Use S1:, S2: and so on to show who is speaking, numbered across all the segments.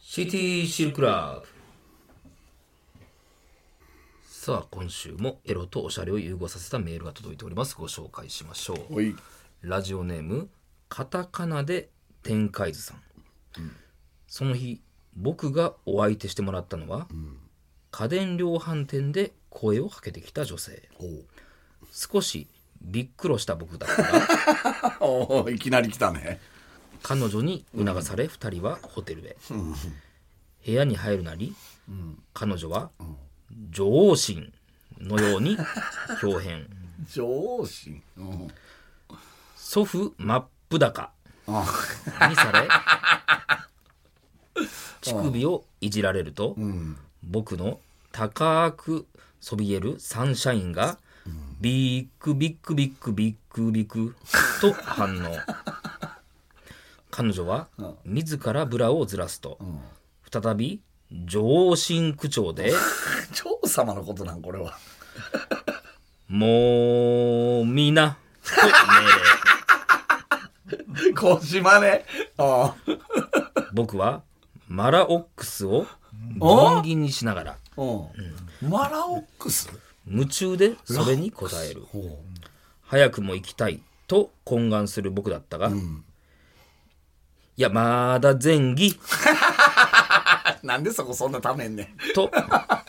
S1: シティシルクラブさあ今週もエロとおしゃれを融合させたメールが届いておりますご紹介しましょう
S2: おい
S1: ラジオネームカタカナで天海図さん、その日僕がお相手してもらったのは、家電量販店で声をかけてきた女性
S2: おう
S1: 少しびっくろした僕だったが
S2: おういきなり来たね
S1: 彼女に促され2人はホテルへ、部屋に入るなり、彼女は女王心のように表変
S2: 上司うん
S1: 祖父真っ裸
S2: あ
S1: にさ れ乳首をいじられると、僕の高くそびえるサンシャインが、ビックビックビックビックビックと反応彼女は自らブラをずらすと、再び上心口調 で
S2: 長様のことなんこれは
S1: 「もうみな」と命令。
S2: 小島ねああ
S1: 僕はマラオックスを盆ギにしながら
S2: うんマラオックス
S1: 夢中でそれに応える
S2: おう
S1: 早くも行きたいと懇願する僕だったが、いやまだ前儀
S2: あなんでそこそんなためんねん
S1: と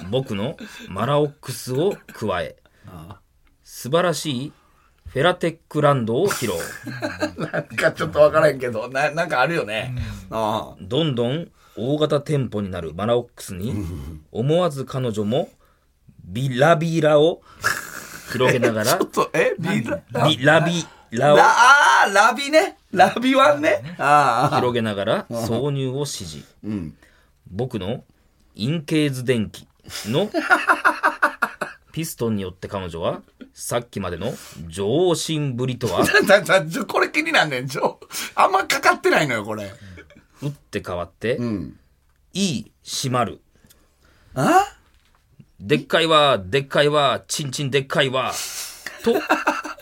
S1: 僕のマラオックスを加え素晴らしいフェラテックランドを披露
S2: なん かちょっとわからへんけどななんかあるよねああ
S1: どんどん大型店舗になるマラオックスに思わず彼女もビラビラを広げながら
S2: とえビラ
S1: ビラビラ
S2: ラ
S1: を
S2: ああラビねラビワンねああ
S1: 広げながら挿入を指示、僕のインケーズ電気 のピストンによって彼女はさっきまでの上心ぶりと は
S2: だだちょこれ気になんねんちょあんまかかってないのよこれ
S1: 打って変わって、いい閉まる
S2: あ
S1: でっかいわでっかいわちんちんでっかいわと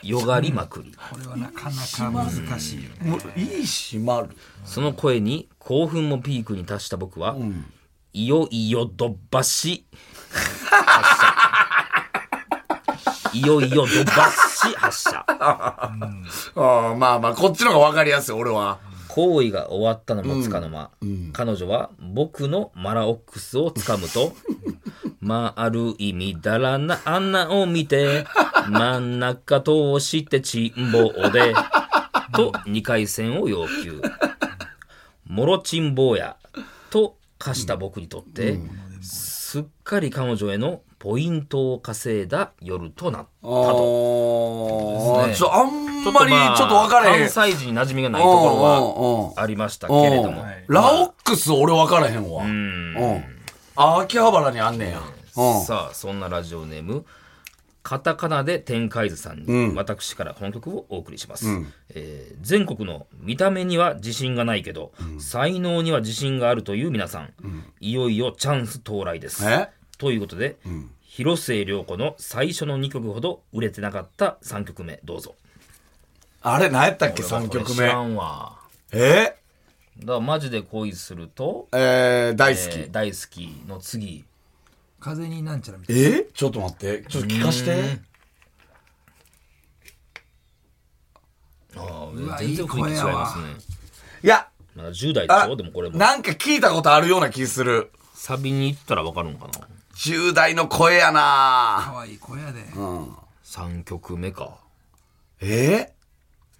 S1: よがりまくり
S3: これはなかなか難しいよね
S2: もういいしまる
S1: その声に興奮もピークに達した僕は、いよいよどっばし発 射いよいよどっばし発射
S2: ああまあまあこっちの方がわかりやすい俺は
S1: 行為が終わったのもつかの間、彼女は僕のマラオックスをつかむ とまあある意味だらな穴を見て 真ん中通してちんぼうでと2回戦を要求もろちんぼうやと課した僕にとって、すっかり彼女へのポイントを稼いだ夜となった
S2: ああ
S1: と。
S2: ちょあんまりちょっとわからへん
S1: 関西人馴染みがないところ
S2: うんうんうん
S1: はありましたけれども。
S2: うんラオックス俺分からへんわうんあ秋葉原にあんねんやう
S1: さあそんなラジオネームカタカナで天海図さんに、私からこの曲をお送りします、えー全国の見た目には自信がないけど、才能には自信があるという皆さん、いよいよチャンス到来です
S2: え
S1: ということで、広末涼子の最初の2曲ほど売れてなかった3曲目どうぞ
S2: あれ何やったっけ3曲
S1: これ知
S2: 目
S1: らんわ
S2: え
S1: だからマジで恋すると、
S2: えー、大好
S1: え
S2: き
S1: ー大好きの次
S3: 風になんちゃらみたい
S2: えちょっと待ってちょっと聞かして
S1: あ
S3: うわ
S1: あ全然雰囲気違いますね
S2: いや
S1: まだ10代で
S2: あ
S1: しょでもこれも
S2: なんか聞いたことあるような気する
S1: サビに行ったらわかるんかな
S2: 10代の声やな
S3: な可愛い子やで、
S1: 3曲目か
S2: え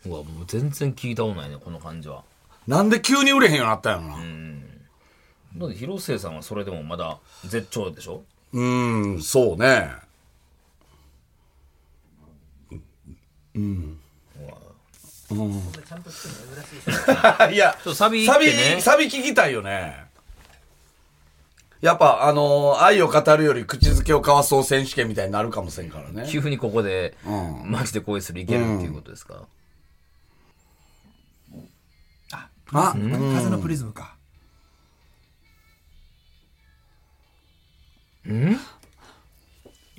S1: うわもう全然聞いたことないねこの感じは
S2: なんで急に売れへんようになったんやろな
S1: だって広末さんはそれでもまだ絶頂でしょ
S2: うーんそうねうんうんいや
S1: ちょっとサビ行
S2: サ
S1: って
S2: ビ、
S1: ね
S2: サビ聞きたいよね。やっぱ、あのー愛を語るより口づけを交わそう選手権みたいになるかもしれんからね。
S1: 急にここで、マジで恋するいけるっていうことですか、
S2: あ、
S3: 風のプリズムか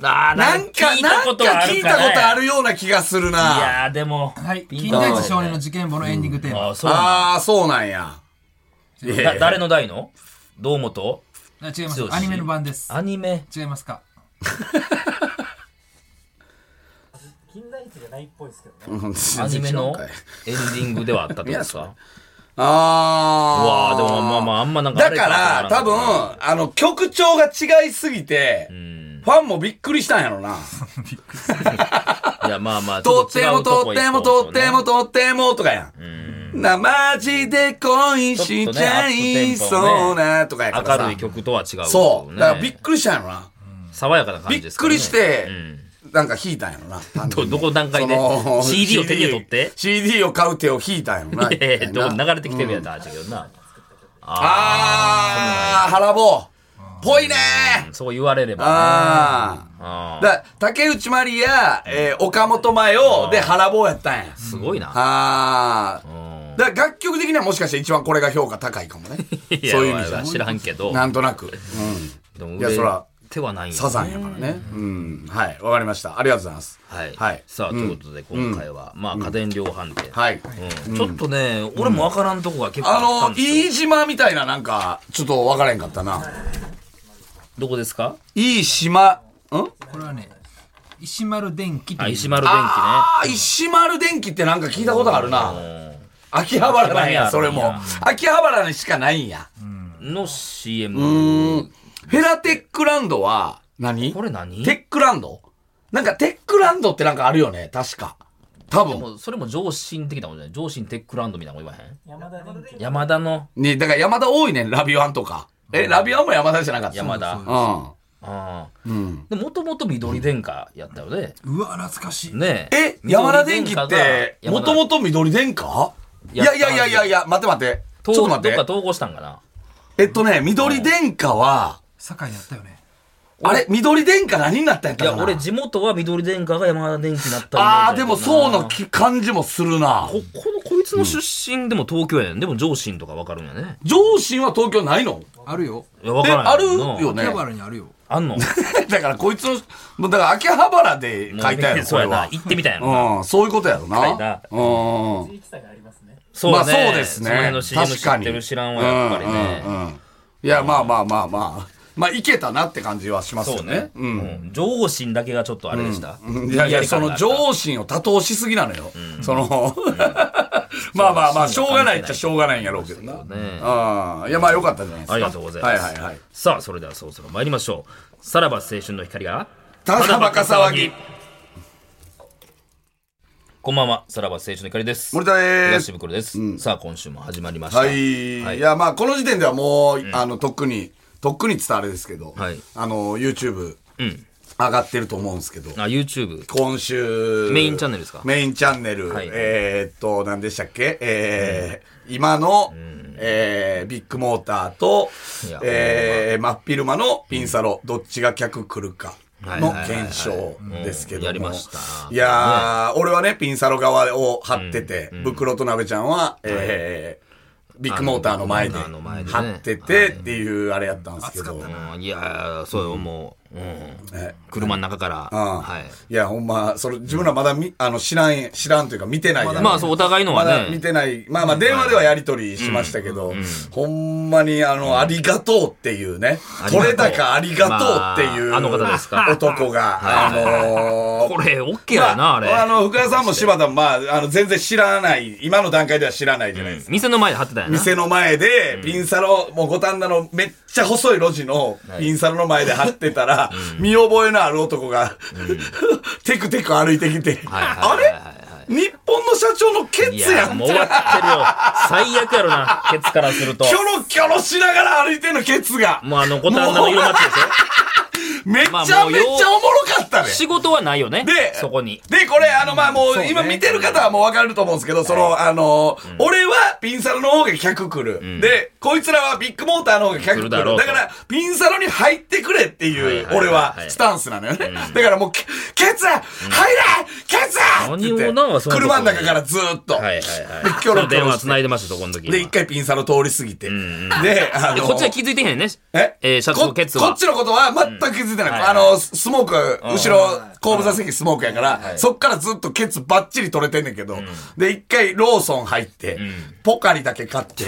S1: ああ
S2: なんか、なんか聞いたことあるような気がする
S1: い
S2: な。
S1: やーでも
S3: はい「
S1: ピン
S3: 金
S1: とこない
S3: 田一少年の事件簿」のエンディングテーマ、
S1: ああそうなんだ
S2: ああ、そうなんや。
S1: だ誰の代の堂本
S3: あ違います
S1: 剛
S3: アニメの版です
S1: アニメ
S3: 違いますか
S4: 近代一じゃないっぽいですけどね。
S1: ア
S2: ア
S1: ニメのエンディングではあったってことですかうわ
S2: あ
S1: あ
S2: ー。
S1: でもまあまああんまなんかあ
S2: だ
S1: れ
S2: から、
S1: な
S2: 多分、あの、曲調が違いすぎて、
S1: ん
S2: ファンもびっくりしたんやろ な。
S1: いやまあまあ
S2: とってもとってもとっても
S1: と
S2: とってもとかやん。な、マジで恋しちゃいそうなとかやからさ。
S1: 明るい曲とは違う、
S2: そう。だからびっ
S1: ね
S2: くりしたんやろな。
S1: 爽やかな感
S2: び
S1: じ
S2: っ
S1: です
S2: くりして
S1: うん、
S2: なんか弾いたんやろな。単純に
S1: どどこの段階で
S2: その
S1: CD を手に取って
S2: ?CD を買う手を弾いたんやろな。
S1: ええどう
S2: な
S1: 流れてきてるやつあっちゃけどな
S2: あー、腹棒。ぽいねー
S1: そう言われればね
S2: あー。
S1: あー
S2: だ竹内まりや、えー岡本麻代で腹棒やったんや。
S1: すごいな
S2: あ
S1: う
S2: あ。
S1: ん
S2: だから楽曲的にはもしかして一番これが評価高いかもね。
S1: いや
S2: そういう意味じ
S1: まあ
S2: ゃ。
S1: 知らんけど
S2: なんとなく。うん。
S1: でも
S2: いやそら
S1: 手はないよ
S2: サザンやからね。うん。はい。わかりました。ありがとうございます。
S1: はい、
S2: はい。
S1: さあということで今回は、まあ家電量販店、
S2: はい。
S1: うんちょっとね、俺もわからんとこが結構あった
S2: あ
S1: ん
S2: の、
S1: ですよ、
S2: 飯島みたいななんか、ちょっとわからへんかったな。
S1: どこですか
S2: いい島、ん
S3: これはね石丸電機と
S1: あ
S3: いう
S1: 石丸電
S2: ああ、石丸電機ってなんか聞いたことある
S1: 機
S2: な。
S1: ね
S2: 秋葉原なんや、
S1: 秋葉
S2: それ
S1: 原にあ
S2: も
S1: るんや。
S2: 秋葉原にしかないんや。
S1: うんの CM
S2: フェラテックランドは何、
S1: これ何
S2: テックランドなんかテックランドってなんかあるよね、確か。多
S1: で
S2: 分。
S1: もそれも上進的なもんじゃない上進テックランドみたいなもん言わへん
S4: 山田電機。
S1: 山田の
S2: ね、だから山田多いねん、ラビワンとか。え、ラビワンも山田じゃなかった。
S1: 山田あ
S2: うん。うん。
S1: あでもともと緑電化やったよね、
S3: うわ懐かしい
S1: ね
S2: え、
S1: 緑
S2: 山田電機
S1: 化
S2: っ
S1: が
S2: て、
S1: 山
S2: も
S1: 田
S2: ともと緑電化い
S1: や
S2: やいやいやいやいや、待って待って。ちょ
S1: と
S2: っと待っ
S1: どってか。統合したんかな
S2: えっとね、緑電化は、
S3: 堺にあったよね
S2: あれ緑電化何になったんやっ
S1: い
S2: たか
S1: や
S2: な
S1: 俺地元は緑電化が山田電機になったイメージ
S2: あ
S1: や
S2: あ、
S1: け
S2: で
S1: どな
S2: もそうなき感じもするな。
S1: ここのこいつの出身でも東京やねんでも上進とかわかるんやね
S2: 上信は東京ないの
S3: あるよ
S1: いやわ
S2: え、
S1: からん
S2: ある
S1: な
S2: よ
S3: 秋
S2: ね
S3: 葉。原にあるよ
S1: あん の
S2: だからこいつの、もうだから秋葉原で書いたやろ、
S1: そ
S2: こ
S1: うや
S2: れ
S1: な
S2: は。
S1: 行ってみたやろな
S2: うん、そういうことやろ
S1: 書い
S2: な
S1: た。
S2: うん。
S4: 地域差がありますね。
S1: そう
S2: まあ
S1: だ
S2: そ
S1: ね
S2: うです
S1: その
S2: ね
S1: 辺の。CM
S2: 確
S1: 知
S2: か
S1: っ
S2: に。
S1: てる知らんはやっぱりね、
S2: うんうんうんいや、まあまあまあまあ。まあ、いけたなって感じはします
S1: そ
S2: よ
S1: うね
S2: ね。、
S1: うん上心だけがちょっとあれでした、
S2: いやいや、その上心を多投しすぎなのよ。その、 まあまあまあ、しょうがないっちゃしょうがないんやろうけどな。
S1: ね
S2: ああ、いや、まあよかったじゃないですか。
S1: ありがとうございます、
S2: はいはいはい。
S1: さあそれではそろそろ参りましょうさらば青春の光が
S2: ただバカ騒ぎ。
S1: こんばんはさらば青春の光です
S2: 森田で
S1: 東
S2: す。
S1: 袋です、さあ今週も始まりました、
S2: はい。い、や、まあ、この時点ではもう、あの、とっくに、とっくにって言ったらあれですけど、
S1: はい
S2: あの、YouTube、
S1: ん
S2: 上がってると思うんですけど、
S1: あ YouTube
S2: 今週、
S1: メインチャンネルですか
S2: メインチャンネル、
S1: はい
S2: えーっと、何でしたっけえー今の、えービッグモーターと
S1: いや、
S2: えー、真っ昼間のピンサロ、どっちが客来るか。の検証ですけども、
S1: はいはいはいはいうんやりました
S2: いやー、俺はね、ピンサロ側を張ってて、袋と鍋ちゃんは、えービッグモーターの前で、
S1: あのビッグモーターの前でね
S2: 張っててっていうあれやったんですけど、
S1: うんいやーそうよもう、うん
S2: え
S1: 車の中から、
S2: うん
S1: はい
S2: いや、ほんま、それ、自分らまだみ、あの、知らん、知らんというか見てないやん
S1: まあそうお互いのは
S2: まだ
S1: ね
S2: 見てない。まあまあ、電話ではやりとりしましたけど、ほんまに、あの、ありがとうっていうね、
S1: ありが
S2: 取
S1: とう
S2: れ高ありがとうっていう、
S1: まああの方ですか
S2: 男が、あのー、
S1: これ OK やな、あれ、
S2: まあの、福田さんも柴田も、まあ、あの、全然知らない、今の段階では知らないじゃないですか。
S1: 店の前で貼ってたよな
S2: 店の前で、ピンサロ、もう五反田のめっちゃ細い路地のピンサロの前で張って たら、見覚えのある男が、テクテク歩いてきて、
S1: はいはいはいはい
S2: あれ日本の社長のケ
S1: い
S2: ツや
S1: や
S2: ん
S1: もう終わってるよ最悪やろなケツからすると
S2: キョロキョロしながら歩いてんのケツが。
S1: もうあの五反田の色町でし
S2: めちゃ
S1: ま
S2: め
S1: あ
S2: ちゃ
S1: も
S2: お
S1: う
S2: も
S1: よ
S2: ろかったね
S1: ょ。仕事はないよね
S2: で
S1: そこに
S2: で、これ、あの、まあ、もう、今見てる方はもうわかると思うんですけど、その、あの、俺はピンサロの方が客来る。で、こいつらはビッグモーターの方が
S1: 来
S2: 客来る。
S1: るだろう
S2: だ
S1: と
S2: から、ピンサロに入ってくれって
S1: はい
S2: い
S1: はいうは、い
S2: 俺は
S1: は、い
S2: スタンスなのよね。だからもう、ケケツ入れケツって言
S1: 何をな
S2: っ
S1: そ
S2: て、
S1: んなこと
S2: 車の中からずーっと。
S1: はいはい
S2: で
S1: はい
S2: キョロキョロして
S1: 電話つないでましたそこの時
S2: で、一回ピンサロ通り過ぎて。で、あ
S1: で
S2: の、
S1: こっちは気づいてへんね
S2: え
S1: えーシャツ
S2: こ
S1: とケツ
S2: こ
S1: は
S2: っちのことは全く気づい
S1: う
S2: てない。
S1: ん
S2: あの、ススモークが後後ろ、後部座席スモークやから、そっからずっとケツバッチリ取れてんねんけど、で、一回ローソン入って、ポカリだけ買って、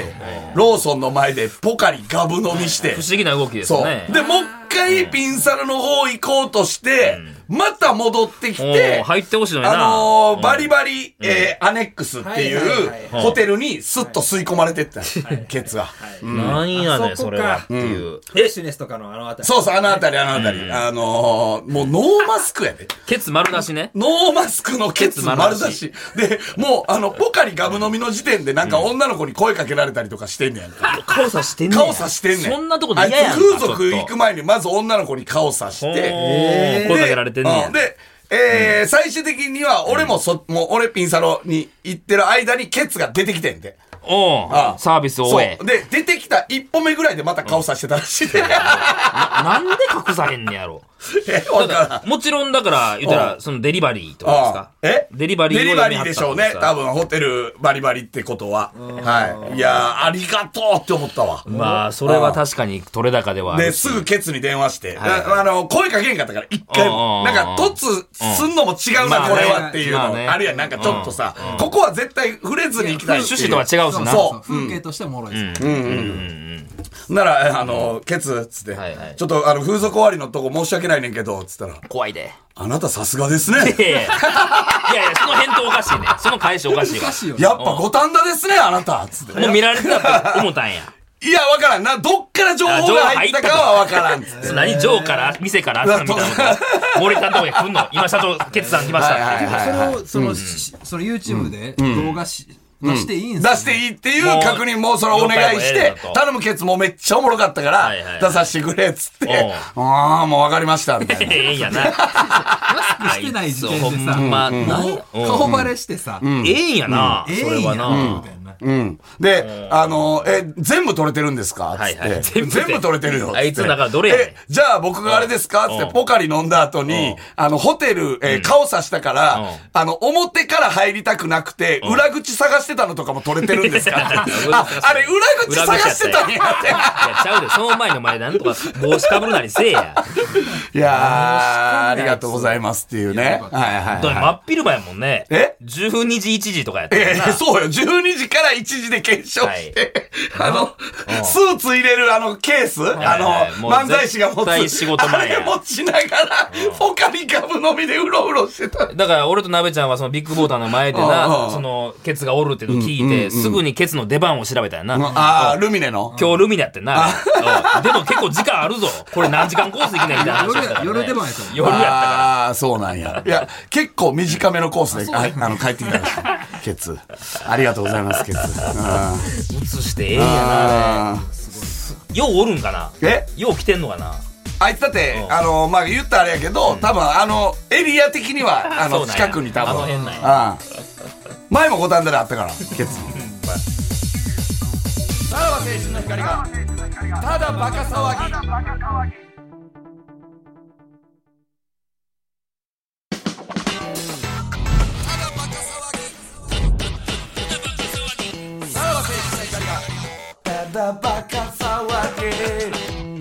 S2: ローソンの前でポカリガブ飲みして
S1: 不、思議な動きです
S2: そう。
S1: ね。
S2: で、もう一回ピンサロの方行こうとして、また戻ってき
S1: お
S2: て
S1: ー、入ってほしいのにな。
S2: あの
S1: う
S2: ー、
S1: ん
S2: バリバリ、えーアネックスってい
S3: はいはいはいは
S2: うホテルにスッと吸い込まれてった、ケツが。うん
S1: なんやねん、
S3: あ
S1: そ
S3: そこか
S1: れは。っていう。
S3: フレッシュネスとかのあのあたり。
S2: そうそう、あのあたり、あのあたり。あのー、もうノーマス クやで。
S1: ケツ丸出しね。
S2: ノーマスクのケツ
S1: ケツ丸
S2: 丸出し。で、もう、あの、ポカリガブ飲みの時点で、なんか女の子に声かけられたりとかしてんねやんか。
S1: 顔さしてんねん
S2: 顔さしてんねん。
S1: そんなとこで嫌やん
S2: あ
S1: か。
S2: いつ風俗行
S1: ちょ
S2: く
S1: っ
S2: 前に、まず女の子に顔さし
S1: と
S2: て。
S1: おー声かけられてんね。
S2: うんで、えー最終的には、俺もそ、もう俺ピンサロに行ってる間にケツが出てきてんで。
S1: お
S2: あ
S1: ーサービスを終え
S2: そう。。で、出てきた一歩目ぐらいでまた顔さしてたら しい で。
S1: なんで隠さへんねやろ。
S2: えわからん。
S1: もちろんだから、言ったら、そのデリバリーってことですか
S2: ああえ
S1: デリバリーを
S2: デリ
S1: や
S2: バ
S1: め
S2: リ
S1: はっ
S2: ー
S1: た
S2: でしょう
S1: っ
S2: ね
S1: て。こと
S2: 多
S1: さ
S2: 分、ホテルバリバリってことは。はい。いやー、ありがとうって思ったわ。
S1: まあ、それは確かに取れ高ではある
S2: で、
S1: し
S2: すぐケツに電話して、
S1: はいはい
S2: なあの、声かけんかったから、一回も。
S1: うんうん
S2: な
S1: うんん
S2: か、突すんのも違う
S1: ま
S2: な、
S1: あ
S2: こ
S1: ね
S2: れはっていう
S1: まあ
S2: の。
S1: ね
S2: あるやん、なんかちょっとさ、ここは絶対触れずに行きたいってい
S1: 趣旨とは違うしな。
S2: そう
S3: 風景としてもおもろいです。
S2: う。なら、えあの、ケツ、つって
S1: はいはい、
S2: ちょっと、あの、風俗終わりのとこ申し訳ないねんけど、つったら、
S1: 怖いで。
S2: あなたさすがです
S1: い
S2: ね。
S1: やいや、その返答おかしいね。その返しおかしい
S3: お
S1: わ
S3: か。しいよね。
S2: やっぱ五反田ですね、あなた、つって。
S1: もう見られてたと思ったんや。
S2: いや、わからんな。どっから情報が入ったかはわからん。つって。
S1: 何ジョーから店からみたいなこと森田のとこへ来んの今社長決算来ました
S2: はいはいはい
S3: それを、その、しその YouTube で動画し、出していいんす
S2: 出
S3: か
S2: していいっていう確認もそれお願
S1: も
S2: いし
S1: う了解を
S2: て
S1: 得るなと、
S2: 頼むケツもめっちゃおもろかったから
S1: はいはいは、い
S2: 出させてくれっつって、
S1: おう
S2: ああ、もうわかりました、みたいな。
S1: ええんやな。
S3: マスクしてない時点
S1: ほ
S3: で
S1: ん
S3: さ、
S1: ま、なん
S3: 顔
S1: や
S3: 顔バレしてさ、
S1: ええんやな。
S3: ええ
S1: それ
S3: んや
S1: は
S3: な、み
S1: な。
S3: たいな。
S2: うん。で、あの、え、全部取れてるんですかつ
S1: はい
S2: っ
S1: はい
S2: て。全部取れてるよ。つって
S1: あいつの中どれやねん
S2: えじゃあ僕があれですかつっ
S1: う
S2: て、
S1: ん
S2: ポカリ飲んだ後に、あの、ホテル、えー、顔さしたか
S1: うん
S2: ら、あの、表から入りたくなくて、裏口探してたのとかも取れてるんですかああれ、裏口探してたんやって。
S1: いや、ちゃうで、その前の前なんとか帽子かぶるなりせえや。
S2: いやー、ありがとうございますっていうね。はいはい、
S1: だから
S2: は
S1: 真っ昼間やもんね。
S2: え
S1: ?12 時1時とかやった
S2: い。
S1: もん
S2: え
S1: な
S2: ー、そうよ。12時から1時で検証して、 あの、スーツ入れるあのケース、
S1: は
S2: あ
S1: い
S2: の、
S1: もう
S2: 漫才師が持
S1: 絶対
S2: つ、
S1: 仕事
S2: あ
S1: 前や
S2: れ持ちながら、ポカリガブ飲みでうろうろしてた。
S1: だから俺と鍋ちゃんはそのビッグボーターの前で
S2: うんう
S1: な、
S2: ん
S1: そのケツがおるっての聞いて、すぐにケツの出番を調べたよな。
S2: あー、ルミネの
S1: 今日ルミネやってんな。うんでも結構時間あるぞ。これ何時間コースできないみたいな話をしてたからね
S3: 夜夜出番やったもんね
S1: 夜やったから。
S2: ああー、そうなんや。いや、結構短めのコースで、ああの、帰ってきたらしい。ケツ。ありがとうございます、ケツ。あ
S1: 映してええんやな。
S2: あ
S1: ようおるんかな
S2: ー。え
S1: よう来てんのかな
S2: あいつだって、あの、まあ、言ったらあれやけど、多分あの、エリア的に は、あ
S1: そ
S2: の、
S1: うなんや
S2: 近くに多分。
S1: あの辺なん
S2: うん前も五反田であったから、 ケツ。さらば青春の光が、ただバカ騒ぎ。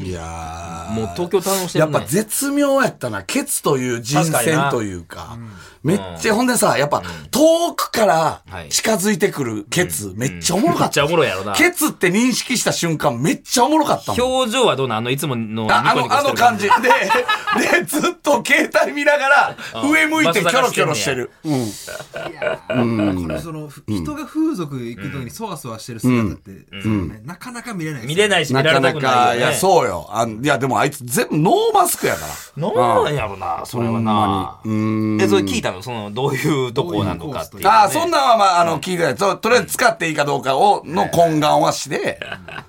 S2: いやー。
S1: もう東京堪能して
S2: や
S1: る
S2: っ
S1: ね。
S2: ぱ絶妙やったな。ケツという人選というか。めっちゃ、ほんでさ、やっぱ遠くから
S1: はい
S2: 近づいてくるケツ、めっちゃおもろか
S1: めっ
S2: っ
S1: ちゃ
S2: た。
S1: おもろいやろな。
S2: ケツって認識した瞬間、めっちゃおもろかったもん。
S1: 表情はどうなんあのいつものニ
S2: ああ
S1: コニコ
S2: の、あ
S1: して
S2: の
S1: る
S2: 感じ。で、で、ずっと携帯見ながら、上向いてキョロキョロしてる。うん
S3: これその、ふ人が風俗行く時にそわそわしてる姿って、そのねなかなか見れないです
S1: 見
S3: よ
S1: れないし見
S2: な
S1: ら
S2: か
S1: れ
S2: な
S1: たくない
S2: か、い
S1: よね。
S2: や、そうよ。あんいや、でもあいつ全部ノーマスクやから。
S1: なんなんやろな、それはな。え、それ聞いたのその、どういうとこなのかっていう、ね。
S2: ああ、そんなんはまあ、あの、聞いてない。ととりあえず使っていいかどうかを、の懇願はして、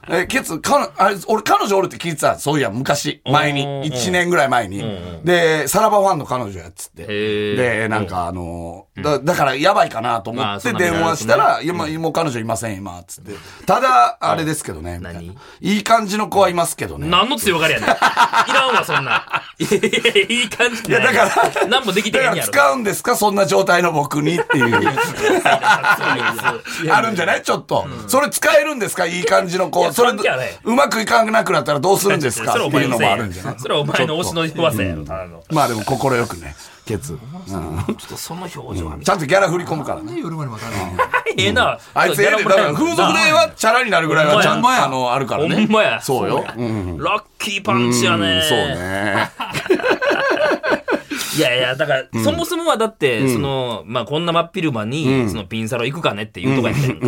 S2: え、ケツ、かの、あれ、俺、彼女おるって聞いてた。そういや、昔、前に、
S1: うん
S2: 1年ぐらい前に。で、さらばファンの彼女やっつって。
S1: へえ
S2: で、なんか、あの、だだから、やばいかなと思
S1: ま
S2: っ
S1: あ
S2: て
S1: そんな見られ
S2: 電
S1: るとね
S2: 話したら、今、もう彼女いません、今、つって。ただ、あれですけどね、みたいな。い
S1: 何
S2: い感じの子はいますけどね。
S1: 何の強がりやねん。いらんわ、そんな。いやいい感じじゃない
S2: いやだから
S1: 何もできて
S2: だ
S1: へ
S2: か
S1: ん
S2: ら
S1: やろ。
S2: 使うんですかそんな状態の僕にっていう。
S1: あそうです
S2: あるんじゃないちょっと。それ使えるんですかいい感じの子こう、それ
S1: 関係はね、
S2: うまくいかなくなったらどうするんです か
S1: それは
S2: っ
S1: お
S2: てい
S1: 前
S2: う
S1: のせい
S2: のもあ
S1: や
S2: るんじゃない
S1: それはお前の推しの弱さやろ、ただの。
S2: まあでも、心よくね、ケツ。うん
S1: ちょっとその表情は見
S2: ちゃんとギャラ振り込むからね。
S3: ね夜までまたあるの
S1: ええな。
S2: あいつ、ええでだから風俗ではチャラになるぐらいはちゃんと、あの、あるから
S1: ほ
S2: ね。
S1: んまや。
S2: そうよ。
S1: やラッキーパンチやね。
S2: そう。ね。
S1: いやいや、だから、そもそもはだって、その、まあ、こんな真っ昼間に、そのピンサロ行くかねっていうとこやったやん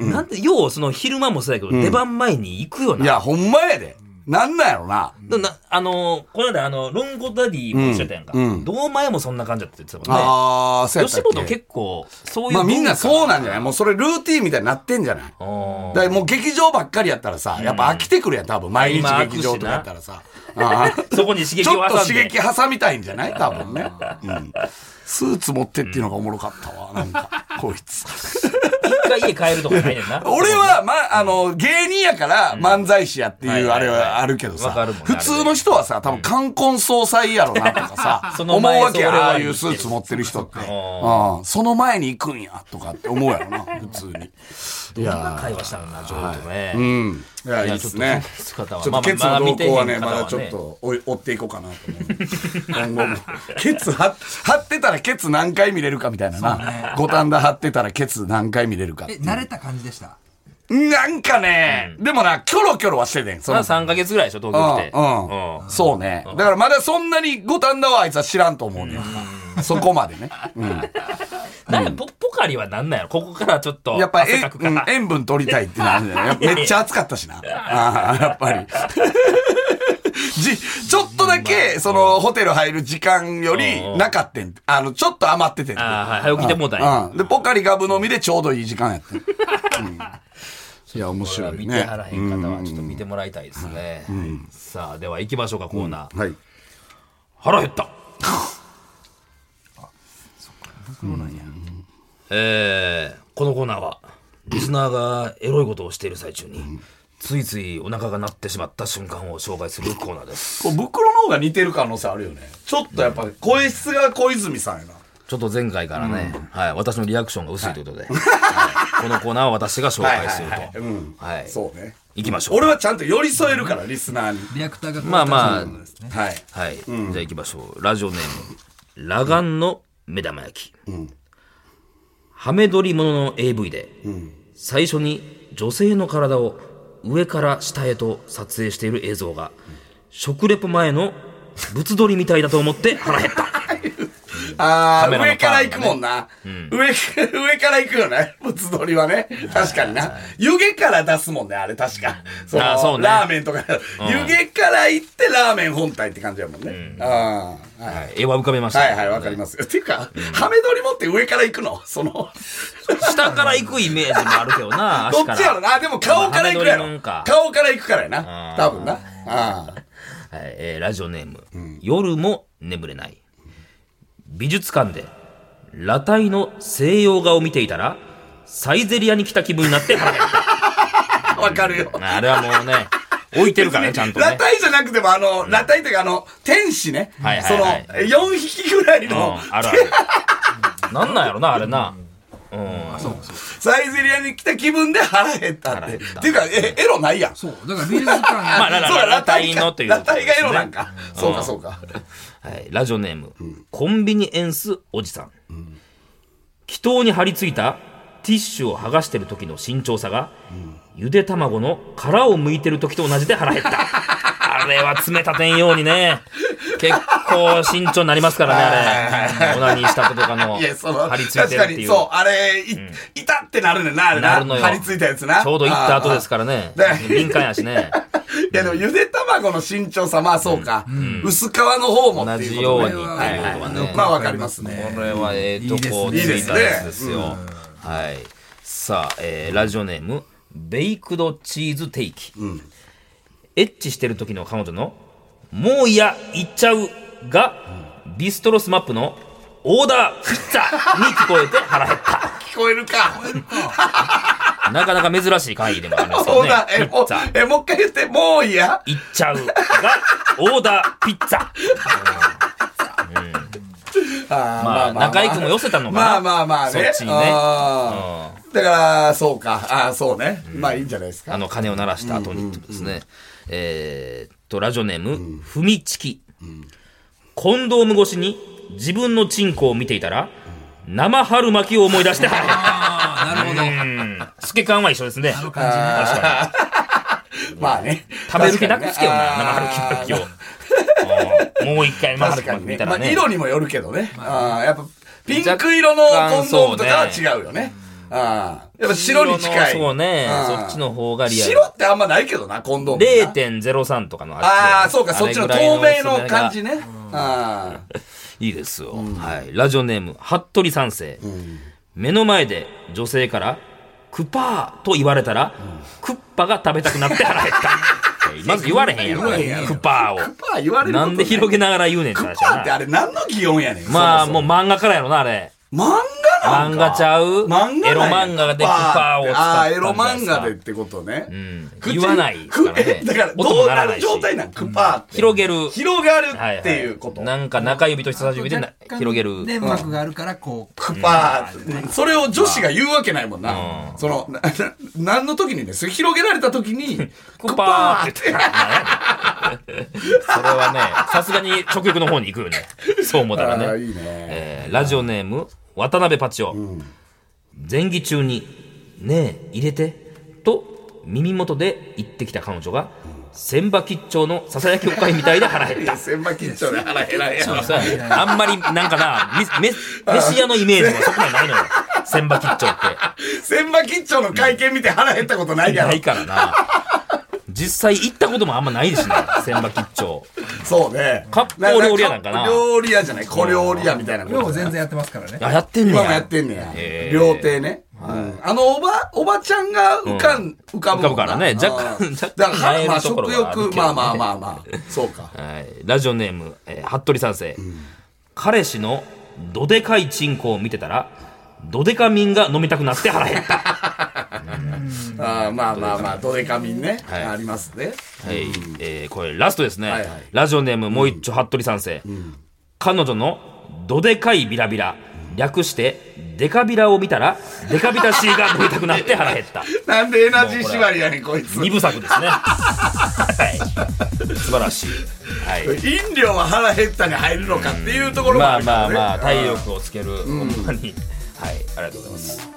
S1: かなんで、よう、その昼間もそうやけど、出番前に行くよ
S2: い
S1: な。
S2: や、ほんまやで。なんなんやろな。
S1: だなあの、この間、あの、ロンゴダディも一緒やったやんか。
S2: うんうん
S1: どう前もそんな感じだったって言ってたもんね。
S2: ああ、そうやった
S1: 吉
S2: っけ
S1: 本結構、そういう文化。
S2: まあみんなそうなんじゃない
S1: い
S2: もうそれルーティンみたいになってんじゃないだからもう劇場ばっかりやったらさ、やっぱ飽きてくるやん、多分。毎日
S1: 今飽くしな
S2: 劇場とかやった らさ。ああ
S1: そこに刺激
S2: ち
S1: を
S2: ょっと
S1: 挟ん
S2: 刺
S1: で。
S2: 激挟みたいんじゃない多 分ね。うんスーツ持ってっていうのがおもろかったわ、なんか、こいつ。
S1: 一回家帰るとかないねん な。
S2: 俺は、ま、あの、芸人やから漫才師やって
S1: はい
S2: いう
S1: は
S2: あ
S1: い
S2: れ
S1: はい
S2: はあるけど
S1: わか
S2: さ、
S1: るもんね、
S2: 普通の人はさ、多分冠婚葬祭やろなとかさ
S1: そ
S2: 思
S1: の
S2: う
S1: 前
S2: わけ
S1: それ
S2: や、
S1: は
S2: ああいうスーツ持ってる人って。
S1: あー
S2: うんその前に行くんや、とかって思うやろな、普通に。いや
S1: 会話したのな、ちょうど
S2: ーう
S1: ね。
S2: ん。いや、いいですね。
S1: ちょっと
S2: ちょっとケツの動向はね、ま
S1: まあまあ見て
S2: だちょっ。
S1: へん方はね
S2: と追い追っていこうかなと思う。今後も。ケツ張っ張ってたらケツ何回見れるかみたいなな。五反田張ってたらケツ何回見れるかって
S3: え
S2: いう。
S3: 慣れた感じでした
S2: なんかね、でもな、キョロキョロはしててん。そ
S1: ま
S2: の
S1: だ3ヶ月ぐらいでしょ、東京来て。
S2: うん、うん。そうね。だからまだそんなに五反田はあいつは知らんと思うね。そこまでね。うん。
S1: なんやポポカリはなんなんやろここからちょっと
S2: やっぱえ
S1: 汗かくか
S2: うん
S1: ら。
S2: 塩分取りたいってなるんだよねやっぱ。めっちゃ暑かったしな。ああ、やっぱり。 じ、ちょっとだけ、その、ホテル入る時間よ
S1: うんう
S2: り
S1: ん
S2: なかったん。あの、ちょっと余っててん。
S1: あーはい早起きてもうたんや
S2: うん。で、ポカリガブ飲みでちょうどいい時間やった。うんいや、面白い
S1: 見
S2: ね。
S1: てはらへん方はちょっと見てもらいたいですね。さあ、では行きましょうか、コーナー。
S2: はい。
S1: 腹減った。えーこのコーナーは、リスナーがエロいことをしている最中に、ついついお腹が鳴ってしまった瞬間を紹介するコーナーです。
S2: こう袋の方が似てる可能性あるよねちょっとやっぱ声質が小泉さんやな
S1: ちょっと前回からね、はい、私のリアクションが薄いということで、はいこのコーナーは私が紹介すると。はい、
S2: う
S1: 行、
S2: んそうね
S1: きましょう。
S2: 俺はちゃんと寄り添えるからリスナーに
S3: リアクターが
S1: まあまあ
S3: こうですね
S2: はい
S1: はい、じゃあ行きましょう。ラジオネーム、ラガンの目玉焼き。ハメ撮りものの AV で、最初に女性の体を上から下へと撮影している映像が、食レポ前の物撮りみたいだと思って腹減った。
S2: あ
S1: カメ
S2: ー
S1: ラの
S2: 上
S1: パンが
S2: から
S1: ね
S2: 行くもんな上 上から行くよね 物撮りはね確かにな湯気から出すもんねあれ確かそ
S1: あーそう
S2: の
S1: ね
S2: ラーメンとか湯気から行ってラーメン本体って感じやもんねあーはい
S1: はい、絵は浮かべました。
S2: はいはいわかりますよ っていうかハメ撮り持って上から行くのその
S1: 下から行くイメージもあるけどな、
S2: ど
S1: 足か
S2: っちやろ
S1: ら。
S2: なあでも顔から行くや
S1: ハメ撮りも
S2: ろ
S1: んか
S2: 顔から行くからやな多分なあー
S1: はいえーラジオネーム、夜も眠れない。美術館で、裸体の西洋画を見ていたら、サイゼリアに来た気分になって腹が減っ
S2: あわかるよ
S1: た あれはもうね、置いてるからね、ちゃんと
S2: 裸
S1: ね。
S2: 体じゃなくても、あの、裸体というか、あの、天使ね。
S1: はいは
S2: そ
S1: い
S2: の
S1: はい、
S2: 4匹ぐらいうの、
S1: ん、ある ある。なんなんやろな、あれな。
S2: サイゼリアに来た気分で腹減ったって。っていうか、え、エロないやん。
S3: そうだからビールズ感が
S1: まあ、らら
S2: そうだ
S1: 裸体のという、
S2: 裸体がエロなんか。そうか、そうか。
S1: はい、ラジオネーム、コンビニエンスおじさん、祈祷に張り付いたティッシュを剥がしてる時の慎重さが、ゆで卵の殻を剥いてる時と同じで腹減った あれは詰め立てんようにね結構慎重になりますからねあれオナニーしたことかの
S2: いや、その、
S1: 張り付いてるっていう
S2: 確かに、そう、あれ、い、いたってなるねんな、あれ
S1: な
S2: な。
S1: るのよ
S2: 張り付いたやつな。
S1: ちょうど行った後ですからね
S2: あーあー
S1: 敏感やしね
S2: いやでもゆで卵の身長さまあそうか、薄皮の方も
S1: 同
S2: ってい
S1: じ
S2: うこ
S1: よう
S2: と
S1: にっ
S2: ね
S1: ていうの
S2: はいはい
S1: はね、
S2: まあわかりますね
S1: これはええとこ
S3: いい
S2: ですね
S1: ついたやつですよ。はい。さあ、えーラジオネーム、ベイクドチーズテイキ。エッチしてる時の彼女の、もういや、行っちゃうが、ビストロスマップの、オーダーピッツァに聞こえて腹減った。
S2: 聞こえるか
S1: なかなか珍しい会議でもありますよ
S2: そう
S1: ね
S2: だ。え
S1: ピ
S2: も
S1: ッ
S2: う
S1: ツァ。
S2: えもう一回言ってもういいや
S1: 行っちゃうが、オーダーピッツァ。
S2: あーま
S1: まあ、中居君も寄せたのかな。
S2: まあまあまあね
S1: そっちにね。
S2: あー
S1: うん
S2: だから、そうか。ああ、そうね。まあいいんじゃないですか。
S1: あの鐘を鳴らした後にってことですね。えーっと、ラジオネーム、ふみちき。コンドーム越しに自分のチンコを見ていたら、生春巻きを思い出して、
S3: ああ、なるほど。
S1: 透け感は一緒ですね。確か
S2: まあね。
S1: に。食べる気なくつけよな、生春巻きを。あーもう一回生春
S2: 確か
S1: 巻き見
S2: にね。
S1: た
S2: ま
S1: ら
S2: あ
S1: ね。
S2: 色にもよるけどね。ああ、やっぱ、ピンク色のコンドームとかは違うよね。ああ。やっぱ白に近い。
S1: のそうね
S2: あ。
S1: そ
S2: あ
S1: っちの方がリアル。
S2: 白ってあんまないけどな、コンドームな。
S1: 0.03とかの
S2: ああ、
S1: っち
S2: そうか、そっちの透明の感じ
S1: ね。
S2: ね。ああ。
S1: いいですよ。はい。ラジオネーム、服部三世。目の前で女性から、クパーと言われたら、クッパが食べたくなって腹減 った。まず言われへんやろ、
S2: 言われへんやろ
S1: クッパーを。
S2: まあ言われるこ
S1: な
S2: と
S1: んで広げながら言うねんって
S2: クッ
S1: 話
S2: パーって
S1: や
S2: あれ何の擬音やねん。
S1: な。まあ、
S2: そも
S1: もう漫画からやろな、あれ。
S2: そも。漫画なん
S1: 漫
S2: か
S1: 画ちゃう
S2: 漫画
S1: エロ漫画でクッパーを使った
S2: ああー、
S1: ん
S2: エ
S1: じゃな
S2: ロ
S1: いすか
S2: 漫画でってことね。
S1: ん
S2: 口
S1: 言わないからね
S2: くだから、
S1: 音
S2: ど
S1: も
S2: う
S1: 鳴ら
S2: な
S1: ないし
S2: る状態なんクッパーって。
S1: 広げる。
S2: 広がる
S1: はは
S2: っていうこと。
S1: なんか中指と人差し指でな
S3: 若干
S1: 広げる。
S3: で、膜があるから、こう。
S2: クッパーって。それを女子が言うわけないもんな。その、なな何の時にね、それ広げられた時に、ク
S1: ク
S2: ッ
S1: ッパ
S2: パ
S1: ー
S2: ー
S1: っ
S2: ってて。
S1: 言ったらなんやねんそれはね、さすがに食欲の方に行くよね。そう思ったら
S2: ああ、
S1: ね。
S2: いいね。
S1: えーラジオネーム、渡辺パチオ。前儀中に、ねえ、入れて、と、耳元で言ってきた彼女が、千葉吉兆のささやきおかみたいで腹減っ
S2: い
S1: た
S2: や、。千葉緊張で腹減らへんやろ。
S1: そうやねあんまり、なんかな、め、め、飯屋のイメージがそこにはないのよ。千葉吉兆って。
S2: 千葉吉兆の会見見て腹減ったことないや
S1: な
S2: ろ
S1: い。からな。実際行ったこともあんまないしね、千葉吉兆。
S2: そうね。
S1: 割烹料理屋なんかな
S2: 割烹料理屋じゃない、小料理屋みたいなこと。
S3: 今も全然やってますからね。
S1: あ、やってんねや。
S2: 今もやってんねや。
S1: えー
S2: 料亭ね。うんあのおば、おばちゃんが浮かん、浮かぶ
S1: 浮かぶ
S2: もんな。
S1: からね若干
S2: あー
S1: 若干
S2: だから、
S1: 萎え
S2: まあ
S1: るところ
S2: 食
S1: はあるけどね
S2: 欲、まあまあまあまあ。そうか。
S1: はい、ラジオネーム、えー服部三世、彼氏のどでかいチンコを見てたらどでかみんが飲みたくなって腹減った、
S2: あーまあまあまあ、どでかみんね。
S1: い
S2: ありますね。
S1: はいえーこれラストですね、
S2: はいはい
S1: ラジオネームもう一丁服部三世、彼女のどでかいビラビラ略してデカビラを見たらデカビタシーが飲みたくなって腹減 った
S2: なんでエナジー縛りやねん、こいつ。
S1: 二部作 ですね、はい、素晴らしい、はい、
S2: 飲料は腹減ったに入るのかっていう ところも
S1: ま
S2: あ
S1: あ
S2: るか
S1: まあ
S2: らね。
S1: まあ体力をつける、ほんまにはいありがとうございます、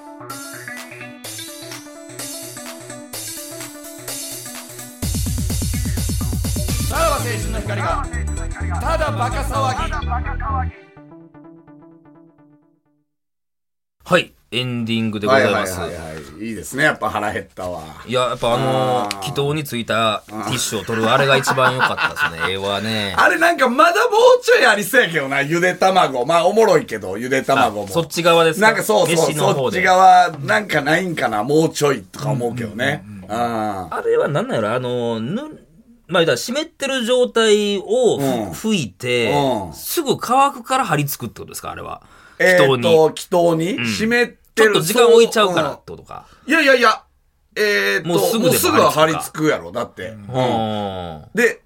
S2: さらば青春の光が、ただバカ騒ぎ。
S1: はい、エンディングでご
S2: は
S1: ざ
S2: い
S1: い
S2: は
S1: ま
S2: い
S1: す。
S2: はい
S1: い
S2: はい。いいですね、やっぱ腹減ったわ。
S1: や、やっぱあのー、祈祷についたティッシュを取るあれが一番良かった ですね。絵はね。
S2: あれなんかまだもうちょいありそうやけどな、ゆで卵。まあおもろいけど、ゆで卵も。
S1: そっち側ですか
S2: なんかそうそう、
S1: 飯の
S2: そ
S1: 方
S2: っち
S1: で。
S2: 側、なんかないんかな、もうちょいとか思うけどね。ああ。
S1: あれはなんなんやろあのー、ぬ、まあ言ったら湿ってる状態を
S2: うん
S1: ふ吹いて
S2: う、ん
S1: すぐ乾くから張り付くってことですかあれは。
S2: え
S1: 祈祷
S2: ーっ
S1: に。ちょ
S2: と、祈祷に湿って
S1: っ
S2: る。
S1: と時間置いちゃうから
S2: そ
S1: ってことか。
S2: うん。いやいやいや、えーっと、
S1: も
S2: も
S1: う
S2: う
S1: す
S2: す
S1: ぐ
S2: ぐ
S1: でも
S2: は張り付くやろ、だって。
S1: う
S2: うん
S1: ん。
S2: で、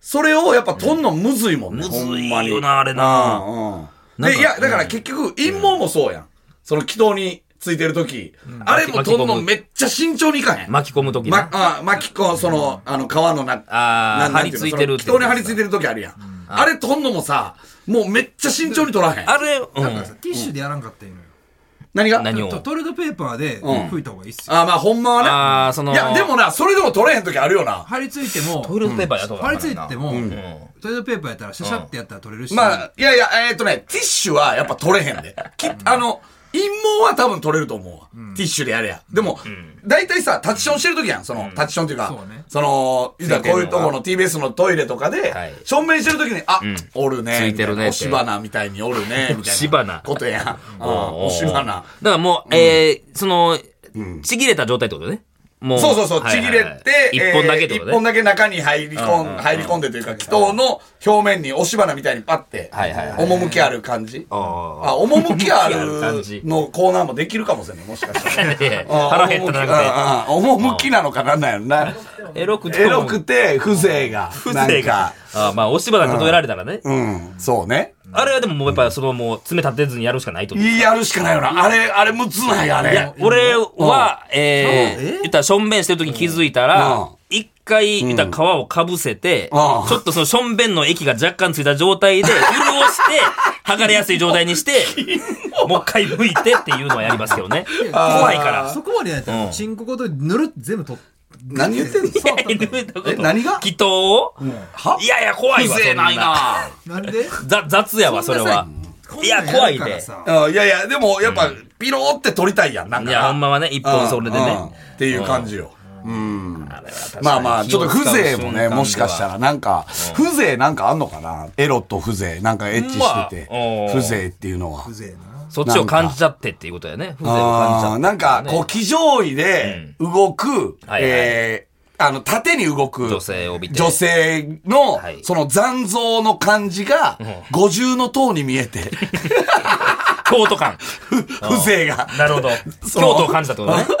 S2: それをやっぱ取んのむずいもんね、
S1: むずいよ
S2: ほんまに
S1: なあれな
S2: うんうん。
S1: なんか
S2: で、いや、だから結局、陰謀もそうやん。その祈祷についてる時あれも取んのめっちゃ慎重にいかへん。
S1: 巻き込むとき
S2: ま、あ、巻き込ん、その、あの、皮のな、
S1: あー
S2: なんなんうの
S1: 張り付いてるって
S2: その祈祷に張り付いてる時あるやん。あれ取んのもさ、もうめっちゃ慎重に取らへん。
S1: あれ、うん。
S3: だからさティッシュでやらんかったらいいのよ。
S2: 何が
S1: 何を
S3: トトイレットペーパーで
S2: うん
S3: 拭いた方がいいっすよ。
S2: あー、まあ、ほんまは
S1: ああ、その、
S2: ね。いや、でもな、それでも取れへん時あるよな。
S3: 貼り付いても、
S1: トイレットペーパーやった方が
S3: 貼
S1: いい
S3: り
S1: か
S3: 付
S1: ら
S3: い
S1: な
S3: ても、
S1: うん
S3: トイレットペーパーやったらシャシャってやったら取れるし、
S2: まあ、いやいや、えーっとね、ティッシュはやっぱ取れへんで。きあの、陰謀は多分取れると思うわ。ティッシュでやれや。でも、大体さ、タッチションしてる時やん。その、タッチションっていうか
S3: そうね、
S2: その、言うたらこういうとこ
S1: つ
S2: の TBS のトイレとかで
S1: はい、
S2: 正面してる時に、あ、おるね。
S1: ついてるねって
S2: おし花みたいにおるね。みたいな。
S1: 押し花
S2: ことやん。うん
S1: おー
S2: おし花。
S1: だからもう、えー、その、ちぎれた状態ってことね。もう。
S2: そうそうそう、
S1: はい
S2: ち
S1: は
S2: ぎ
S1: いは
S2: れ
S1: い
S2: て、
S1: 一本だけって
S2: 一
S1: こと
S2: 本
S1: ね。
S2: だけ中に入り込ん、入り込んでというか、祈祷の表面に押し花みたいにパッて
S1: はいはいは、い
S2: 趣ある感じ。
S1: あ
S2: あ、趣あ
S1: 趣ある感じ
S2: るのコーナーもできるかもしれない、もしかしたら。
S1: あ。いやいや腹減ったなく
S2: なくて。趣なのかなんなんやろな。
S1: て。エロくて
S2: エ
S1: も。
S2: ロくて、風情が。風
S1: 風情が。。あーまあ、押し花例えられたらね。
S2: うん、そうね。
S1: あれはでももうやっぱそのもう爪立てずにやるしかないと思う。
S2: やるしかないよな。あれ、あれ、むつないよ、あれ。
S1: 俺は、え
S3: うんえ
S1: ー、言ったらしょんべんしてる時に気づいた
S2: うん
S1: ら、一回、言ったら皮をかぶせて、ち
S2: うん
S1: ょっとそのしょんべんの液が若干ついた状 態で、潤して、剥がれやすい状態にして、もう一回剥いてっていうのはやりますけどね。怖いから。
S3: そこまでやった
S1: う
S3: ら
S1: ん
S3: チンコごとぬるって全部取っ
S2: 何言ってんの
S3: 触 ったんだよ
S2: え、何が
S1: 祈祷を
S2: はい
S1: やいや、怖いわ。
S2: 風情ないな
S3: なんで
S1: ざ雑やわ、それは。いや、怖いで。
S2: うんいやいや、でも、やっぱ、ピローって取りたいやん、なん
S1: い
S2: か。
S1: や、ほんまはね、一本それで
S2: うん
S1: ね。
S2: っていう感じよ。うん。まあまあ、ち
S1: 気
S2: ょっ
S1: を
S2: と
S1: 使う
S2: 風情も
S1: 瞬間で
S2: ね、
S1: は
S2: もしかしたら、なんか、風情なんかあんのかなエロと風情、なんかエッチしてて
S1: まあうん、
S2: 風情っていうのは。
S3: ぜえな。
S1: そっちを感じちゃってっていうことやね。風情を感じちゃっ
S2: あ
S1: て
S2: ーなんか、こう、気上位で動く、
S1: はいはい
S2: えー、あの、縦に動く。
S1: 女性を見て
S2: 女性の、
S1: はい
S2: その残像の感じが、五重の塔に見えて、
S1: 京都感。
S2: 風情が。
S1: なるほど。
S2: そ
S1: 京
S2: う
S1: 都を感じたってことね。う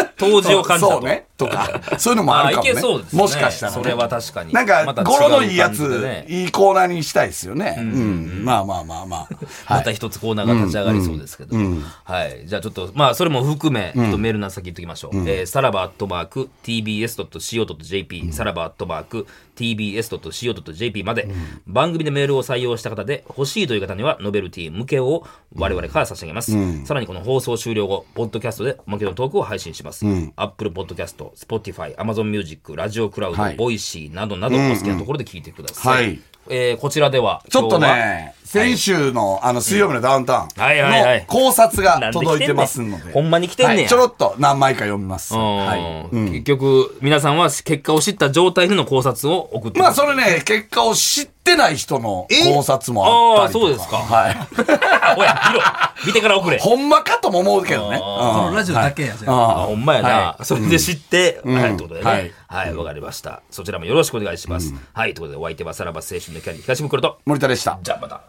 S1: ん当時を感じた
S2: そ
S1: と。
S2: うね。とか、そういうのもあるかもね。
S1: あいけそうですね
S2: もしかしたら、ね。
S1: それは確かに
S2: なん
S1: また、
S2: か
S1: 違う
S2: ゴロのいいや
S1: 感じ
S2: つ、
S1: でね
S2: いいコーナーにしたいですよね。うん。まあまあ まあまあ。は
S1: ま
S2: い。
S1: た一つコーナーが立ち上がりそうですけど。はい。じゃあちょっと、まあそれも含め、ちょっとメールの先言っときましょう。えーさらばアットマーク tbs.co.jp、さらばアットマーク tbs.co.jp まで、番組でメールを採用した方で欲しいという方には、ノベルティ向けを我々から差し上げます。さらにこの放送終了後、ポッドキャストでおまけのトークを配信します。アップルポッドキャスト、スポティファイ、アマゾンミュージック、ラジオクラウド、
S2: はい
S1: ボイシーなどなど、お好きなところで聞いてください。
S2: はい
S1: えーこちらでは、
S2: ちょっと
S1: 今日は
S2: ね、先週の、あの、水曜日のダウンタウン
S1: はいはいはい
S2: の考察
S1: なん
S2: が
S1: で来てんねん
S2: 届いてますので。
S1: ほんまに来てんねや
S2: はいちょろっと何枚か読みます。はい。
S1: うん結局、皆さんは結果を知った状態での考察を送って
S2: まあ、
S1: ます。
S2: それね、結果を知ってない人の考察もあった
S1: えあ
S2: りとか。
S1: ーそうですか
S2: はい。
S1: あ、おや、見ろ見てから送れ。
S2: ほんまかとも思うけどね。
S3: こ
S2: う
S3: の
S2: ん
S3: ラジオだけやじゃん。
S1: あ、ほんまやな。それで知って、はい、ってことでね。
S2: はい
S1: はい、わ、かりました。そちらもよろしくお願いします。はい、ということで、お相手はさらば青春のキャリー、東袋と、
S2: 森田でした。
S1: じゃあまた。